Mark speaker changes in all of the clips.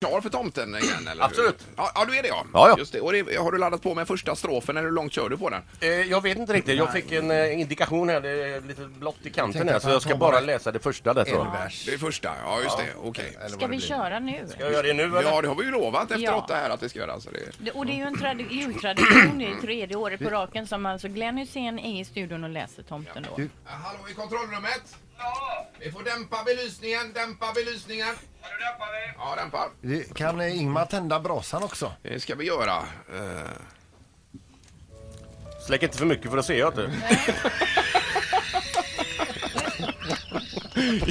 Speaker 1: klar för tomten igen? Eller hur?
Speaker 2: Absolut.
Speaker 1: Ja, ja, du är det ja.
Speaker 2: Ja, ja.
Speaker 1: Just det. Och det, har du laddat på med första strofen eller hur långt kör du på den?
Speaker 2: Eh, Jag vet inte riktigt. Jag fick en eh, indikation här. Det är lite blått i kanten
Speaker 3: tänkte
Speaker 2: här.
Speaker 3: att
Speaker 2: Så jag ska
Speaker 3: han
Speaker 2: bara
Speaker 3: tar bara
Speaker 2: läsa det första där tror
Speaker 3: En
Speaker 2: jag.
Speaker 3: vers.
Speaker 1: Det är första, ja just det. Okej.
Speaker 3: Eller
Speaker 4: Ska
Speaker 3: vad det
Speaker 4: vi
Speaker 3: blir.
Speaker 4: köra nu?
Speaker 2: Ska jag göra det nu eller?
Speaker 1: Ja, det har vi ju lovat efter
Speaker 4: Ja.
Speaker 1: åtta här att vi ska göra. Så det...
Speaker 4: Det- Och det är ju en tradi- jultradition, det är tredje året på raken som alltså Glenn Hysén är i studion och läser Tomten då.
Speaker 1: Hallå, i kontrollrummet?
Speaker 5: Ja,
Speaker 1: Vi får dämpa belysningen, dämpa belysningen.
Speaker 5: nu dämpar vi.
Speaker 1: Ja, dämpa.
Speaker 3: Det- Kan eh, Ingmar tända brasan också?
Speaker 1: Det ska vi göra. Eh,
Speaker 2: Släck inte för mycket för att ser jag inte.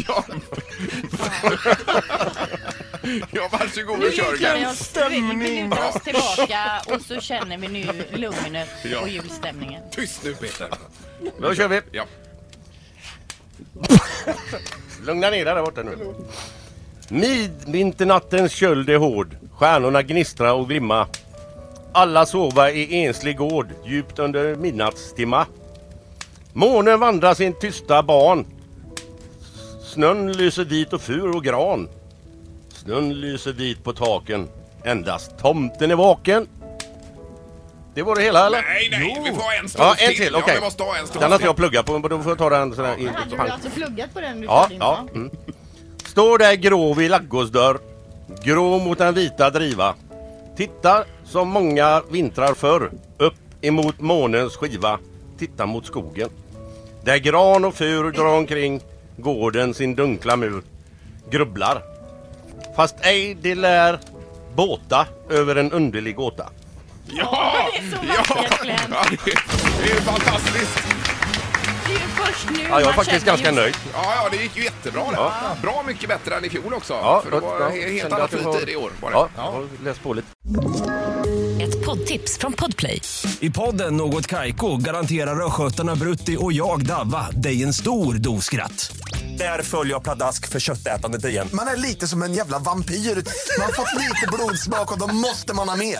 Speaker 1: ja. ja, varsågod och kör
Speaker 4: lutar vi
Speaker 1: Glenn.
Speaker 4: oss- vi- vi lutar oss tillbaka och så känner vi nu lugnet
Speaker 1: Ja.
Speaker 4: och julstämningen.
Speaker 1: Tyst nu Peter.
Speaker 2: Då kör vi.
Speaker 1: Ja.
Speaker 2: Lugna ner dig där borta nu. Midvinternattens köld är hård. Stjärnorna gnistra och glimma. Alla sova i enslig gård djupt under midnattstimma. Månen vandrar sin tysta ban. Snön lyser vit och fur och gran. Snön lyser vit på taken. Endast tomten är vaken. Det var det hela eller?
Speaker 1: Nej, nej, vi får ha en strof
Speaker 2: Ja, en till, okej.
Speaker 1: Ja, vi måste ha en strof
Speaker 2: Den har inte jag pluggat på, men då får jag ta den sådär. in-
Speaker 6: Hade du
Speaker 2: pang.
Speaker 6: alltså pluggat på den du
Speaker 2: Ja,
Speaker 6: körde
Speaker 2: ja.
Speaker 6: innan?
Speaker 2: Mm. Står där grå vid laggårdsdörr. Grå mot den vita driva. Tittar som många vintrar förr. Upp emot månens skiva. Tittar mot skogen. Där gran och fur drar omkring. Gården sin dunkla mur. Grubblar. Fast ej det lär båta över en underlig gåta.
Speaker 1: Ja!
Speaker 4: det är så vackert, Glenn.
Speaker 1: Ja, det är- det är fantastiskt.
Speaker 4: Det är ju först nu
Speaker 2: Ja, jag är
Speaker 4: man
Speaker 2: faktiskt
Speaker 4: känner
Speaker 2: ganska
Speaker 4: ju-
Speaker 2: nöjd.
Speaker 1: Ja, ja, det gick ju jättebra det. Bra mycket bättre än i fjol också.
Speaker 2: Ja,
Speaker 1: För det var
Speaker 2: ja,
Speaker 1: he- helt
Speaker 2: kände
Speaker 1: annat
Speaker 2: att jag får-
Speaker 1: fritid i år. Var det.
Speaker 2: Ja, jag har läst på lite.
Speaker 7: Ett poddtips från Podplay.
Speaker 8: I podden Något Kaiko garanterar östgötarna Brutti och jag, Davva, dig en stor dos skratt. Där följer jag pladask för köttätandet igen.
Speaker 9: Man är lite som en jävla vampyr. Man har fått lite blodsmak och då måste man ha mer.